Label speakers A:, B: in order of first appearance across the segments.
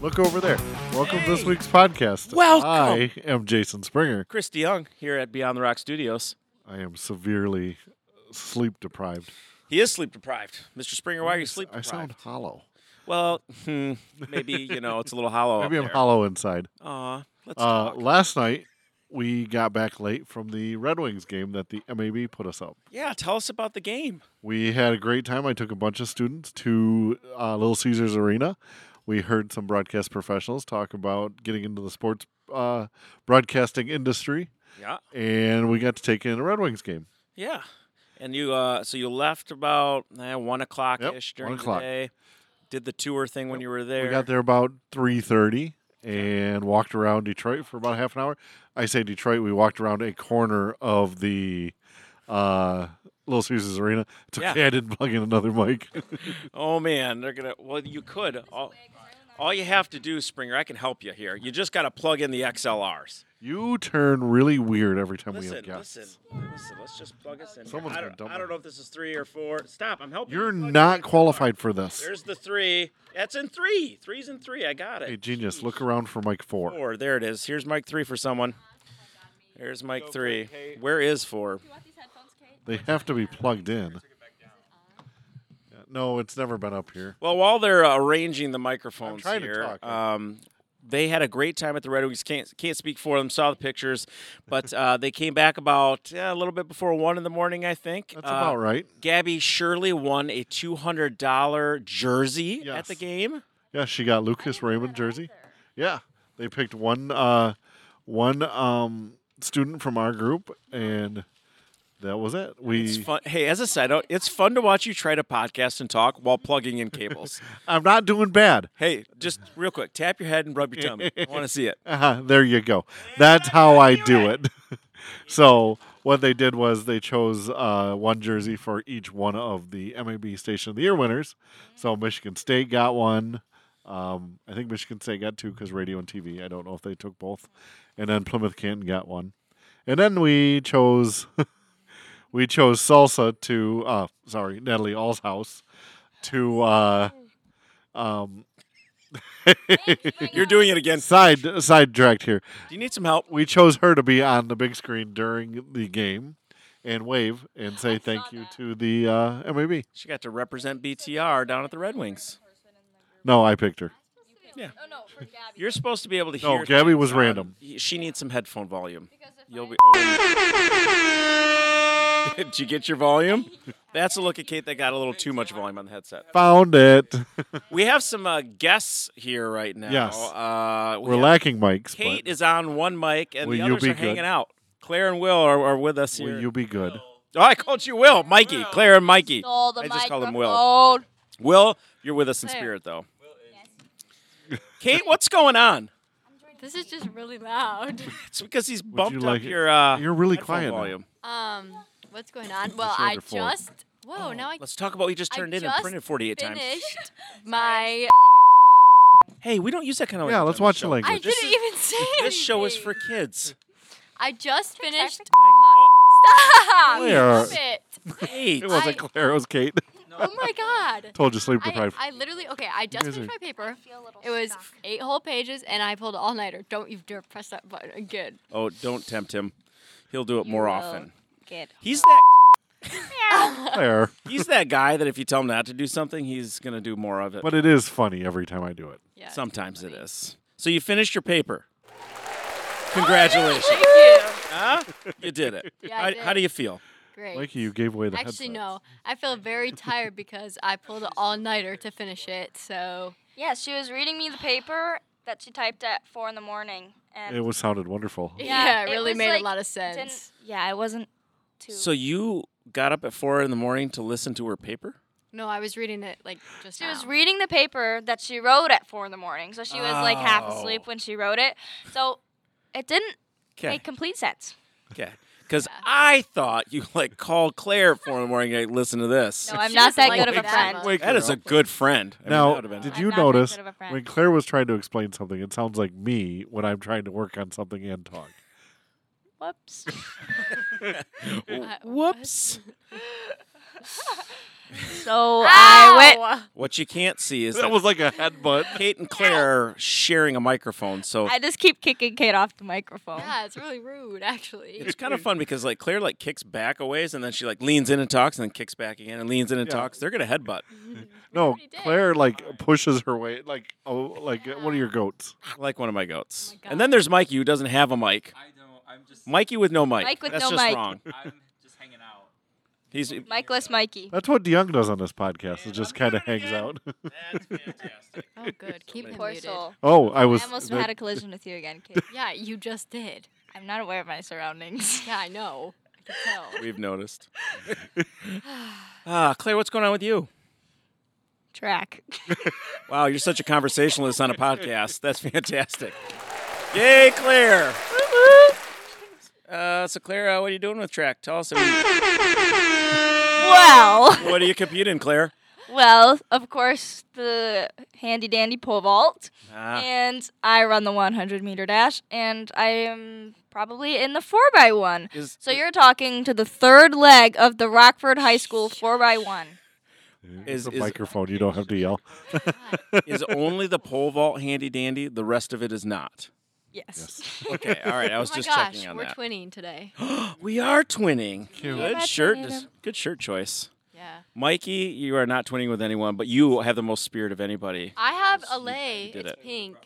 A: Look over there. Welcome to this week's podcast.
B: Welcome.
A: I am Jason Springer.
B: Chris DeYoung here at Beyond the Rock Studios.
A: I am severely sleep deprived.
B: He is sleep deprived. Mr. Springer, why are you sleep
A: I
B: deprived?
A: sound hollow.
B: Well, hmm, maybe, you know, it's a little hollow.
A: Maybe I'm hollow inside.
B: Aw, let's
A: Uh,
B: talk.
A: last night, we got back late from the Red Wings game that the MAB put us up.
B: Yeah, tell us about the game.
A: We had a great time. I took a bunch of students to uh, Little Caesars Arena. We heard some broadcast professionals talk about getting into the sports uh, broadcasting industry,
B: Yeah.
A: and we got to take in a Red Wings game.
B: Yeah. And you, uh, so you left about eh, 1 o'clock ish
A: Yep, one
B: during
A: o'clock.
B: the day. Did the tour thing when you were there.
A: We got there about three thirty and walked around Detroit for about half an hour. I say Detroit. We walked around a corner of the uh, Little Caesars Arena. It's okay.
B: Yeah.
A: I didn't plug in another mic.
B: Oh, man. They're going to, well, you could. All, all you have to do, Springer, I can help you here. You just got to plug in the XLRs.
A: you turn really weird every time we
B: Listen,
A: have guests.
B: listen, listen. Let's just plug us in. here.
A: Someone's
B: I
A: gonna
B: don't,
A: dump
B: I don't
A: it.
B: know if this is three or four. Stop. I'm helping.
A: You're
B: you plug it
A: not
B: in.
A: qualified for this.
B: There's the three. That's in three. Three's in three. I got it.
A: Hey, genius, look around for mic four.
B: Four. There it is. Here's Mike three for someone. There's Mike three. Where is four?
C: You want these headphones, Kate?
A: They have to be plugged in. Yeah, No, it's never been up here.
B: Well, while they're uh, arranging the microphones
A: trying to
B: here,
A: talk.
B: um, they had a great time at the Red Wings. Can't can't speak for them. Saw the pictures, but uh, they came back about yeah, a little bit before one in the morning, I think.
A: That's
B: Uh,
A: about right.
B: Gabby Shirley won a two hundred dollar jersey at
A: Yes.
B: the game.
A: Yeah, she got Lucas Raymond jersey. Yeah, they picked one uh, one um, student from our group, and that was it.
B: It's
A: We
B: fun. Hey, as a side note, it's fun to watch you try to podcast and talk while plugging in cables.
A: I'm not doing bad.
B: hey, just real quick, tap your head and rub your tummy. I want to see it.
A: Uh-huh, there you go. That's how I do it. so what they did was they chose uh, one jersey for each one of the MAB Station of the Year winners. So Michigan State got one. Um, I think Michigan State got two because radio and TV. I don't know if they took both. And then Plymouth Canton got one. And then we chose we chose Salsa to uh, sorry Natalie Allshouse to uh, um,
B: You're doing it again.
A: side sidetracked here.
B: Do you need some help?
A: we chose her to be on the big screen during the game and wave and say thank you to the uh, MAB.
B: She got to represent BTR down at the Red Wings.
A: No, I picked her.
B: Yeah.
C: Oh no, for Gabby.
B: You're supposed to be able to
A: No,
B: hear.
A: Gabby
B: things
A: was
B: on-
A: random.
B: She needs some headphone volume.
C: Because if
B: You'll
C: I-
B: be. Did you get your volume? That's a look at Kate that got a little too much volume on the headset.
A: Found it.
B: We have some uh, guests here right now.
A: Yes.
B: Uh, we
A: We're
B: have-
A: lacking mics.
B: Kate
A: but
B: is on one mic, and
A: Will
B: the
A: you
B: others
A: be
B: are hanging
A: good?
B: out. Claire and Will are, are with us here.
A: will you be good?
B: oh, I called you Will, Mikey, Claire and Mikey.
C: Stole the
B: I just called him Will.
C: microphone.
B: Will, you're with us in
C: Claire.
B: spirit, though. Kate, what's going on?
C: This is just really loud.
B: It's because he's bumped
A: you like
B: up
A: it-
B: your uh,
A: You're really
B: headphone
A: quiet now.
B: volume.
C: Um, what's going on? Well,
A: Let's hear
C: I
A: it for-
C: just. Whoa, now I
B: Oh, Let's talk about what you just
C: I
B: turned in and
C: just
B: printed 48 times.
C: finished my.
B: Hey, we don't use that kind of
A: Yeah, let's
B: language on this
A: watch
B: show.
A: the
C: I
A: language.
B: This
C: didn't
B: is-
C: even say
B: This show is for
C: anything.
B: kids.
C: I just finished.
B: Oh,
C: Stop!
A: Claire.
C: Stop it.
B: Kate.
A: It wasn't
C: I-
A: Claire. It was Kate.
C: Oh my god.
A: Told you sleep
C: I,
A: deprived.
C: I literally okay. I just
A: Amazing.
C: finished my paper. It was eight whole pages, and I pulled all nighter. Don't you dare press that button again.
B: Oh, don't tempt him. He'll do it more
C: will.
B: often.
C: Good.
B: He's that
A: Claire.
B: he's that guy that if you tell him not to do something, he's gonna do more of it.
A: But it is funny every time I do it.
C: Yeah.
B: Sometimes it is. So you finished your paper. Congratulations.
C: Oh, Thank you.
B: huh? You did it.
C: Yeah, I
B: how,
C: did.
B: how do you feel?
C: Great.
A: Mikey, you gave away the
C: Actually,
A: headset.
C: no. I feel very tired because I pulled an all nighter to finish it. So
D: Yeah, she was reading me the paper that she typed at four in the morning, and
A: It was sounded wonderful.
C: yeah, it
D: it
C: really
D: was
C: made
D: like-
C: a lot of
D: didn't-
C: sense.
D: yeah, it wasn't too.
B: So you got up at four in the morning to listen to her paper?
C: No, I was reading it like just.
D: she
C: now.
D: was reading the paper that she wrote at four in the morning, so she was like half
B: Oh.
D: asleep when she wrote it. So it didn't
B: Okay.
D: make complete sense.
B: Okay. Because I thought you like called Claire at four in the morning and like, listen to this.
D: No, I'm
C: She
D: not
C: doesn't
D: that
C: like
D: good of
C: it
D: a
C: that
D: friend.
C: much.
B: that is a good friend. I mean, that
A: Now,
B: would've been-
A: did
D: I'm
A: you
D: not that
A: notice
D: good of a friend.
A: when Claire was trying to explain something, it sounds like me when I'm trying to work on something and talk.
D: Whoops.
C: I-
B: Whoops.
C: So I went.
D: Ow!
B: What you can't see is
A: That
B: that
A: was like a headbutt.
B: Kate and Claire are sharing a microphone, so
D: I just keep kicking Kate off the microphone.
C: Yeah, it's really rude, actually.
B: it's kind of fun because like Claire like kicks back a ways and then she like leans in and talks and then kicks back again and leans in and
A: Yeah.
B: talks. They're gonna headbutt.
A: No,
C: already did.
A: Claire like pushes her way like oh like one of your goats.
B: like one of my goats.
D: Oh
C: my
B: and then there's Mikey who doesn't have a mic.
E: I don't. I'm just.
B: Mikey with no mic.
D: Mike with
B: That's
D: no
B: just
D: mic.
B: wrong.
E: I'm just hanging out.
B: He's
D: Mikeless Mikey.
A: That's what DeYoung does on this podcast. It just kind of hangs out.
E: That's fantastic.
C: Oh, good. Keep him
D: Poor
C: muted.
D: soul.
A: Oh, I was.
D: I almost
A: that-
D: had a collision with you again, Kate.
C: Yeah, you just did.
D: I'm not aware of my surroundings.
C: Yeah, I know. I can tell. Oh
B: we've noticed. ah, Claire, what's going on with you?
D: Track.
B: Wow, you're such a conversationalist on a podcast. That's fantastic. Yay, Claire! Uh, so, Claire, uh, what are you doing with track? Tell us. everything.
D: well,
B: what do you compete in, Claire?
D: well, of course, the handy dandy pole vault,
B: Ah,
D: and I run the 100 meter dash, and I am probably in the 4x1.
B: is,
D: So you're talking to the third leg of the Rockford High School 4x1.
A: It's
B: is,
A: a
B: is,
A: microphone. You don't have to yell.
B: is only the pole vault handy dandy? The rest of it is not.
D: Yes.
B: Okay, all right. I was
C: oh my
B: just
C: gosh,
B: checking on
C: we're
B: that.
C: twinning today.
B: we are twinning.
A: Cute.
B: Good
D: That's
B: shirt.
D: amazing.
B: dis- Good shirt choice.
C: Yeah.
B: Mikey, you are not twinning with anyone, but you have the most spirit of anybody.
C: I have a
B: You
C: lei.
B: did
C: It's
B: it.
C: pink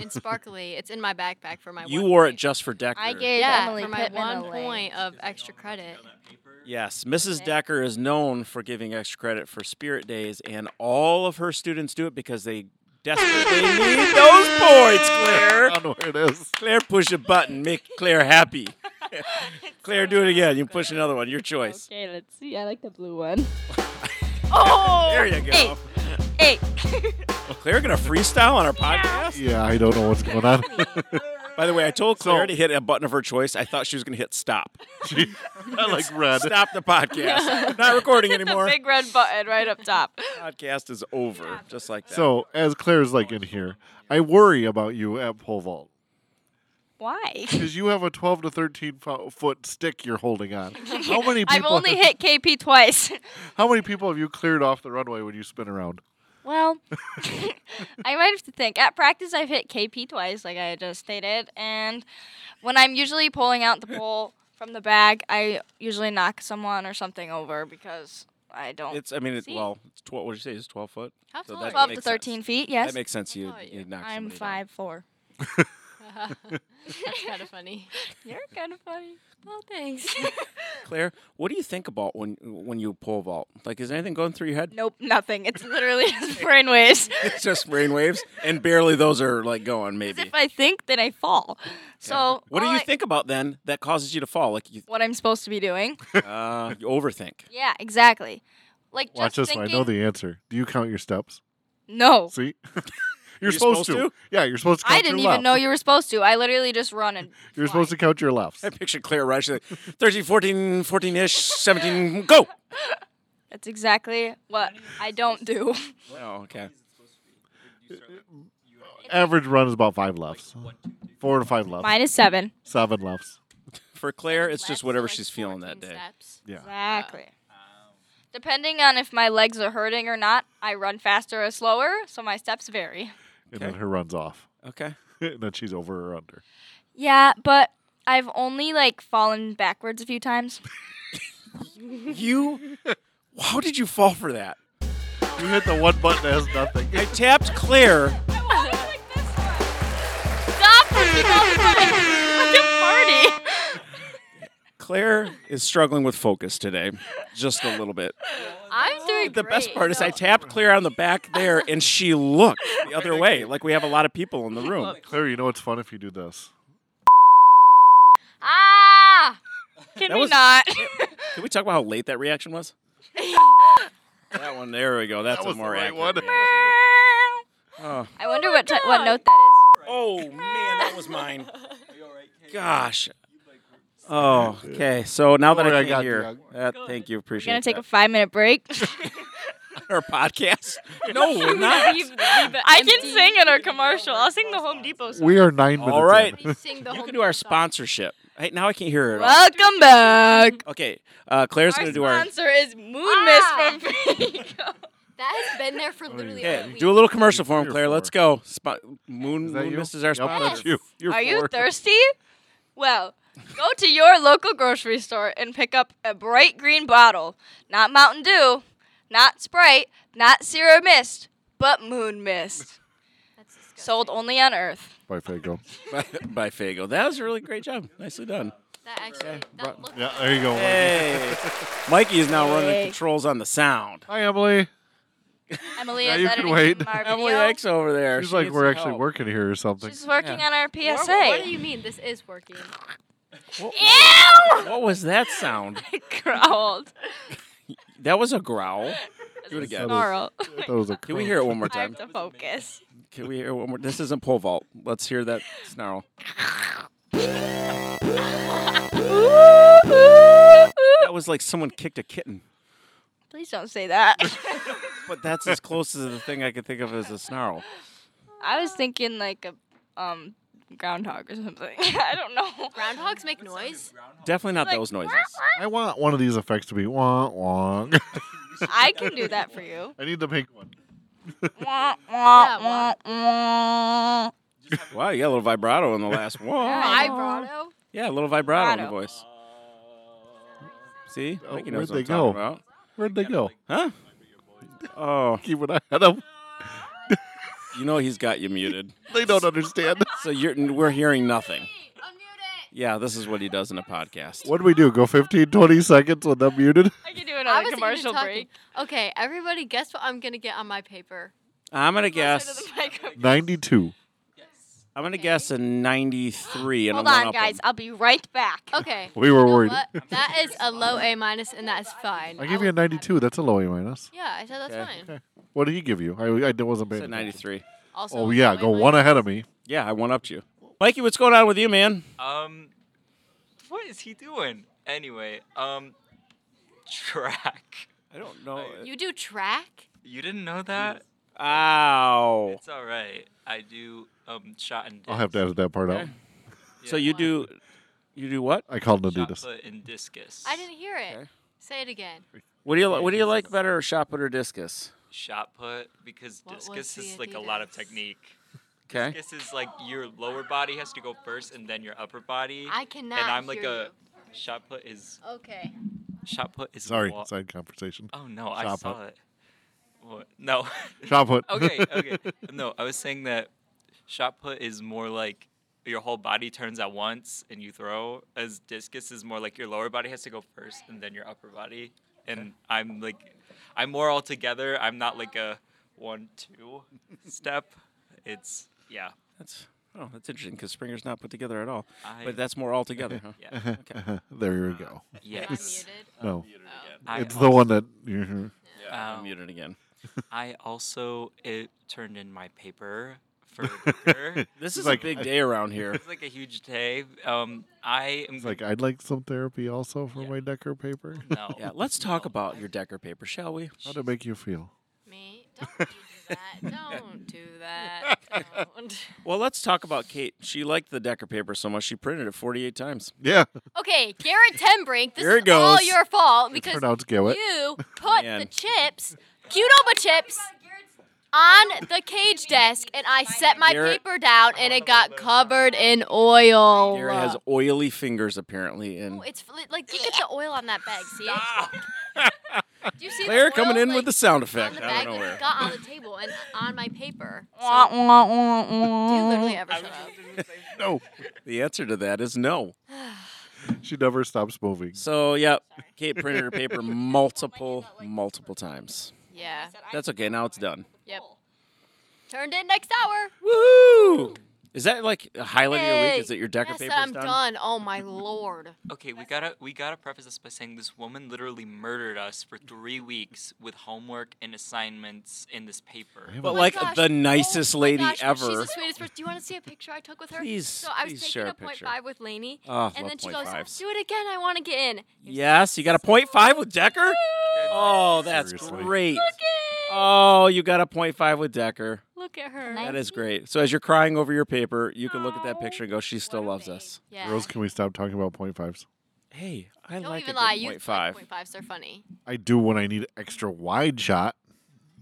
C: and sparkly. It's in my backpack for my.
B: You
C: one
B: wore
C: point.
B: it just for Decker.
D: I gave
C: Yeah,
D: Emily
C: for my
D: Pittman
C: one
D: a lay.
C: point of
B: "Oh,
C: extra credit.
B: Yes, Mrs. Decker is known for giving extra credit for Spirit Days, and all of her students do it because they desperately need those points,
A: I
B: Claire.
A: don't know where it is.
B: Claire, push a button, make Claire happy. Claire, do it again. You push another one. Your choice.
D: Okay, let's see. I like the blue one.
B: There you go.
D: Oh! Hey,
B: Claire gonna freestyle on our podcast.
A: Yeah, I don't know what's going on.
B: By the way, I told Claire to hit a button of her choice. I thought she was gonna hit stop.
A: I like red.
B: Stop the podcast. Not recording anymore.
D: big red button right up top.
B: podcast is over. Just like that.
A: So as Claire's like in here, I worry about you at pole vault
D: Why?
A: because you have a 12 to 13 fo- foot stick you're holding on. How many
D: I've
A: people?
D: only hit KP twice.
A: How many people have you cleared off the runway when you spin around?
D: well, I might have to think. At practice, I've hit KP twice, like I just stated. And when I'm usually pulling out the pole from the bag, I usually knock someone or something over because I don't.
B: It's. I mean, it,
D: See?
B: well, it's tw- what did you say? It's twelve foot.
C: How
B: So
C: tall
B: that
C: are
D: 12
C: you?
D: to
B: makes
D: 13
B: sense.
D: feet, yes.
B: That makes sense. You,
C: Oh, yeah.
B: you knock
D: I'm
B: somebody down.
D: 5'4.
C: That's kind of funny.
D: You're kind of funny.
C: Well, thanks.
B: Claire, what do you think about when when you pole vault? Like, is anything going through your head?
D: Nope, nothing. It's literally just brainwaves.
B: It's just brainwaves, and barely those are like going. Maybe.
D: if I think, then I fall. So
B: what do
D: all
B: you
D: I-
B: think about then that causes you to fall? Like you,
D: What I'm supposed to be doing?
B: uh, you overthink.
D: yeah, exactly. Like just
A: Watch this
D: thinking,
A: one. I know the answer. Do you count your steps?
D: No,
A: See?
B: You're
A: you're, supposed,
B: supposed
A: to. Yeah, you're supposed to count
D: I didn't
A: your
D: even
A: left.
D: know you were supposed to. I literally just run and.
A: You're supposed to count your lefts.
B: I picture Claire Rush like 13, 14, 14 ish, 17, go.
D: That's exactly what I don't do.
B: Oh, okay.
A: Average run is about five lefts. Four to five lefts.
D: Mine is seven.
A: Seven lefts.
B: For Claire, it's just
C: Left, so
B: whatever
C: like
B: she's feeling that
C: 14
B: day.
C: steps.
A: Yeah.
D: Exactly.
E: um.
D: Depending on if my legs are hurting or not, I run faster or slower, so my steps vary.
A: And
B: Okay.
A: then her runs off.
B: Okay.
A: and then she's over or under.
D: Yeah, but I've only like fallen backwards a few times.
B: You, how did you fall for that?
A: You hit the one button that has nothing.
B: I tapped Claire.
D: Stop pushing all the buttons. Like a party.
B: Claire is struggling with focus today, just a little bit.
C: I'm doing
B: The best
C: great.
B: part is I tapped Claire on the back there, and she looked the other way, like we have a lot of people in the room.
A: Claire, you know it's fun if you do this.
C: Ah!
D: Can
B: That
D: we
B: was-
D: not?
B: Can we talk about how late that reaction was? That one, there we go. That's
A: That
B: a
A: was the
B: more
A: right
B: accurate
A: one.
B: reaction. Oh.
D: I wonder what ti- what note that is.
B: Oh, man, that was mine. Gosh. Oh, okay. So now that
A: Don't
B: I
A: worry, I
B: can
A: got
B: hear,
A: you.
B: that, thank you, appreciate
D: We're gonna take a
B: that.
D: five minute break.
B: our podcast. No, we're not.
C: Leave- leave it
D: I can
C: empty.
D: sing in our commercial. I'll sing the Home Depot song.
A: We are nine minutes.
B: All right.
A: in.
C: Sing the
B: You
C: whole
B: can do our
C: song.
B: sponsorship. Hey, now I can't hear her at all.
D: Welcome back.
B: Okay, uh, Claire's
D: Our
B: going to do our.
D: sponsor is Moon
C: Ah.
D: Mist from Frico.
C: That has been there for
A: Oh, yeah.
C: literally
B: Hey,
C: a week.
B: do a little commercial for him,
A: Here
B: Claire.
A: for
B: Let's
A: it.
B: go. Spo- Moon,
A: Is that
B: Moon
A: you?
B: Mist is our
A: Yep,
B: sponsor.
A: that's you. You're
D: Are you
A: forward.
D: thirsty? Well, go to your local grocery store and pick up a bright green bottle. Not Mountain Dew, not Sprite, not Sierra Mist, but Moon Mist.
C: That's disgusting.
D: Sold only on Earth.
A: Bye, Fago.
B: by, by Fago. That was a really great job. Nicely done.
C: That actually. That looked
A: Yeah, there you go.
B: Hey, Mikey is now running
D: Hey.
B: controls on the sound.
A: Hi, Emily.
D: Emily
A: Yeah,
D: is
A: you can
D: editing
A: wait.
D: our
B: Emily
D: video.
B: X over there.
A: She's
B: she Oh.
A: like,
B: needs
A: we're
B: some
A: actually
B: help.
A: working here or something.
D: She's working
B: Yeah.
D: on our
C: What-
D: PSA.
C: What do you mean? This is working.
B: What,
D: Ew!
B: what was that sound?
D: I growled.
B: That was a growl. Do it again.
D: Snarl.
A: That was a
B: Can we hear it one more
D: I have
B: time?
D: to focus.
B: Can we hear it one more? This isn't pole vault. Let's hear that snarl. That was like someone kicked a kitten.
D: Please don't say that.
B: But that's as close as the thing I could think of as a snarl.
D: I was thinking like a um groundhog or something. I don't know.
C: Groundhogs make noise.
B: Definitely not
D: Like,
B: those noises.
A: I want one of these effects to be wah wah.
D: I can do that for you.
A: I need the pink one.
D: Wah,
C: Yeah,
D: wah, wah, wah.
B: Wow, you got a little vibrato in the last one.
D: Yeah.
C: Vibrato.
B: Yeah, a little vibrato in the
D: Vibrato.
B: voice. See?
A: Oh,
B: Mikey
A: where'd
B: knows what
A: they
B: I'm
A: go?
B: talking
A: Where'd they go?
B: about. Huh? Oh,
A: Keep an eye on them.
B: you know he's got you muted.
A: They don't understand.
B: So you're we're hearing nothing.
C: Unmute it.
B: Yeah, this is what he does in a podcast.
A: What do we do? Go 15, 20 seconds with them muted?
D: I can do another
C: wasn't even
D: commercial
C: talking.
D: break.
C: Okay, everybody, guess what I'm gonna get on my paper.
B: I'm gonna
D: Closer to
B: guess.
D: the microphone.
A: 92.
B: I'm gonna guess a 93 and
D: Hold
B: a one
D: on, guys. I'll be right back.
C: Okay.
A: We were
C: you know
A: worried.
C: what? That is a low A minus, and that is fine.
A: I give you a 92. That's a low A minus.
C: Yeah, I said that's
B: Okay.
C: fine.
A: What did he give you? I, I wasn't paying
B: It's
A: attention.
B: at 93.
C: Also,
A: Oh,
C: a
A: yeah.
C: low
A: Go
C: A
A: one
C: minus.
A: ahead of me.
B: Yeah, I one upped you. Mikey, what's going on with you, man?
E: Um, what is he doing? Anyway, um, track.
B: I don't know.
C: You do track?
E: You didn't know that?
B: Ow.
E: It's all right. I do um shot and. Disc.
A: I'll have to edit that part out.
B: Okay. So you do, you do what?
A: I called
E: Shot
A: Adidas.
E: put and discus.
C: I didn't hear it.
B: Okay.
C: Say it again.
B: What do you what do you like better, shot put or discus?
E: shot put because
C: What was
E: discus
C: the
E: is like a lot of
C: Adidas?
E: technique.
B: Okay.
E: Discus is like your lower body has to go first and then your upper body.
C: I cannot.
E: and I'm like
C: hear
E: a
C: you.
E: shot put is
C: Okay.
E: shot put is
A: Sorry,
E: wa-
A: side conversation.
E: Oh no, I
A: Shot
E: saw
A: put.
E: it. What? No.
A: Shot put.
E: okay, okay. No, I was saying that shot put is more like your whole body turns at once and you throw, as discus is more like your lower body has to go first and then your upper body. And I'm like, I'm more all together. I'm not like a one, two step. It's, yeah.
B: That's oh, that's interesting because Springer's not put together at all.
E: I-
B: But that's more all together, huh?
E: Yeah.
A: there you go.
E: Yes.
A: No.
E: Uh, I
A: It's the one that. mhm.
B: I'm
E: um,
B: muted again.
E: I also it turned in my paper for Booker.
B: This is
A: like-
B: a big day around here.
E: It's like a huge day. Um, I am
A: It's like, I'd like some therapy also for my Decker paper.
E: no.
B: Yeah, let's talk about your Decker paper, shall we?
A: How'd it make you feel?
C: Me? Don't do that. Don't do that. Don't.
B: Well, let's talk about Kate. She liked the Decker paper so much she printed it 48 times.
A: Yeah.
C: Okay, Garrett Tembrink, this
B: Here
C: is
B: it
C: all
B: goes.
C: your fault because
A: Pronounce Gowit.
C: you put the
B: Man.
C: chips, Qdoba chips, on the cage desk, and I set my
B: Garrett-
C: paper down, and it got covered in oil.
B: Garrett has oily fingers apparently, and
C: Oh, it's fl- like look at the oil on that bag. See it? Do you see
B: Claire
C: the
B: coming
C: oil,
B: in with
C: like,
B: the sound
C: on
B: effect
C: the
B: out
C: bag
B: of
C: that
B: nowhere.
C: it got on the table and on my paper?
D: Wah,
C: So,
D: wah, wah,
C: do you
D: wah.
C: literally ever shut up?
A: No.
B: The answer to that is no.
A: She never stops moving.
B: So yeah, Kate printed her paper multiple, multiple times.
C: Yeah.
B: That's okay. Now it's done.
C: Yep. Turned in next hour.
B: Woo! Is that like a highlight of your
D: Yay.
B: week? Is it your Decker
C: Yes,
B: paper's
C: I'm done. Oh my lord.
E: Okay, we gotta we gotta preface this by saying this woman literally murdered us for three weeks with homework and assignments in this paper.
A: I have
B: But
A: a-
C: Oh my
B: like
C: gosh.
B: the nicest
C: Oh my
B: lady
C: gosh, but
B: ever.
C: She's the sweetest person. Do you want to see a picture I took with her?
B: Please,
C: So I was
B: please
C: taking
B: share
C: a,
B: a
C: point
B: picture.
C: five with Laney,
B: Oh,
C: and
B: love
C: then she
B: point
C: goes,
B: fives.
C: "Do it again. I want to get in."
B: Yes, you got a point five with Decker. Oh, that's
A: Seriously.
B: great. Oh, you got a point five with Decker.
C: Look at her.
B: That is great. So as you're crying over your paper, you can look at that picture and go, "She still loves us."
C: Yeah.
A: Rose, can we stop talking about point fives?
B: Hey, I
C: Don't
B: like
C: even
B: a good
C: lie. You
B: point five.
C: Point fives are funny.
A: I do when I need extra wide shot.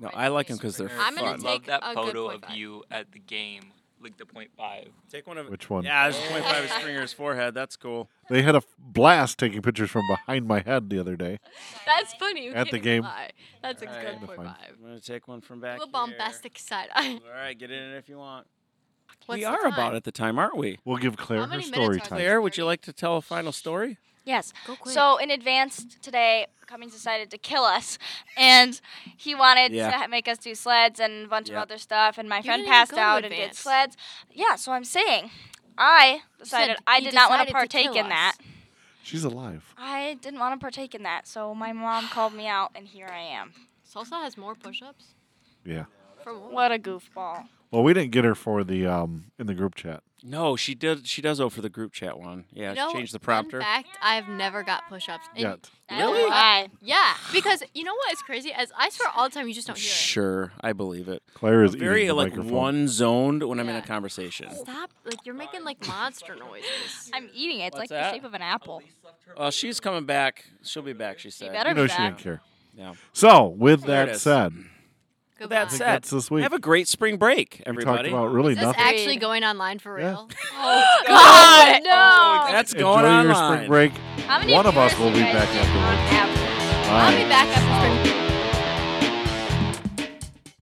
B: No, I like them because they're
C: I'm gonna
B: fun.
C: take-
E: Love that
C: a good
E: photo
C: point
E: of
C: five.
E: you at the game, like the point five.
B: Take one of
A: Which one?
B: Yeah, there's a point five of Springer's forehead. That's cool.
A: They had a f- blast taking pictures from behind my head the other day.
C: That's funny. You
A: At the
C: can't
A: game.
C: lie. That's a
B: All
C: good
B: right.
C: point
A: Fine.
C: five.
B: I'm gonna take one from back.
C: Little
B: here.
C: bombastic side eye.
B: All right, get in it if you want.
C: What's
B: we
C: the
B: are
C: time?
B: about at the time, aren't we?
A: We'll give Claire
C: How
A: her
C: many
A: story
C: minutes are
A: time.
C: there?
B: Claire, would you like to tell a final story?
D: Yes.
C: Go quick.
D: So in advance today, Cummings decided to kill us, and he wanted
B: Yeah.
D: to ha- make us do sleds and a bunch
B: Yeah.
D: of other stuff. And my friend
C: didn't even
D: passed
C: go to
D: out and did
C: advance.
D: sleds. Yeah. So I'm saying, I decided I
C: you
D: did not
C: decided
D: want to
C: to
D: partake
C: kill
D: in
C: us.
D: that.
A: She's alive.
D: I didn't want to partake in that. So my mom called me out, and here I am.
C: Salsa has more push-ups.
A: Yeah.
C: From what?
D: What a goofball.
A: Well, we didn't get her for the um in the group chat.
B: No, she did. She does owe for the group chat one. Yeah,
C: You know,
B: change the
C: fun
B: prompter.
C: fact, I've never got push-ups. And-
A: Yet.
D: I don't
C: Really?
D: know why.
C: Yeah, because you know what is crazy? As I swear all the time, you just don't hear it.
B: Sure, I believe it.
A: Claire is
B: Very
A: eating the
B: like
A: microphone.
B: one zoned when I'm in a
C: Yeah.
B: conversation.
C: Stop! Like you're making like monster noises.
D: I'm eating it. It's
B: What's
D: like
B: that?
D: the shape of an apple.
B: Well, Uh, she's coming back. She'll be back. She said.
D: better
A: You know
D: be
A: she
D: back.
A: didn't care.
B: Yeah.
A: So, with
B: There it
A: that
B: is.
A: said,
C: Goodbye.
B: That said,
A: that's this week.
B: have a great spring break,
A: we talked
B: everybody.
A: about really
C: Is this
A: nothing.
C: actually going online for
A: Yeah.
C: real?
D: Oh, God,
C: Oh, no.
B: That's
A: Enjoy
B: going
A: your
B: online.
A: spring break.
D: How many
A: One of us
D: viewers
A: will
D: do
A: be
D: you guys
A: back
D: get
A: afterwards.
D: on average?
C: I'll be back after spring.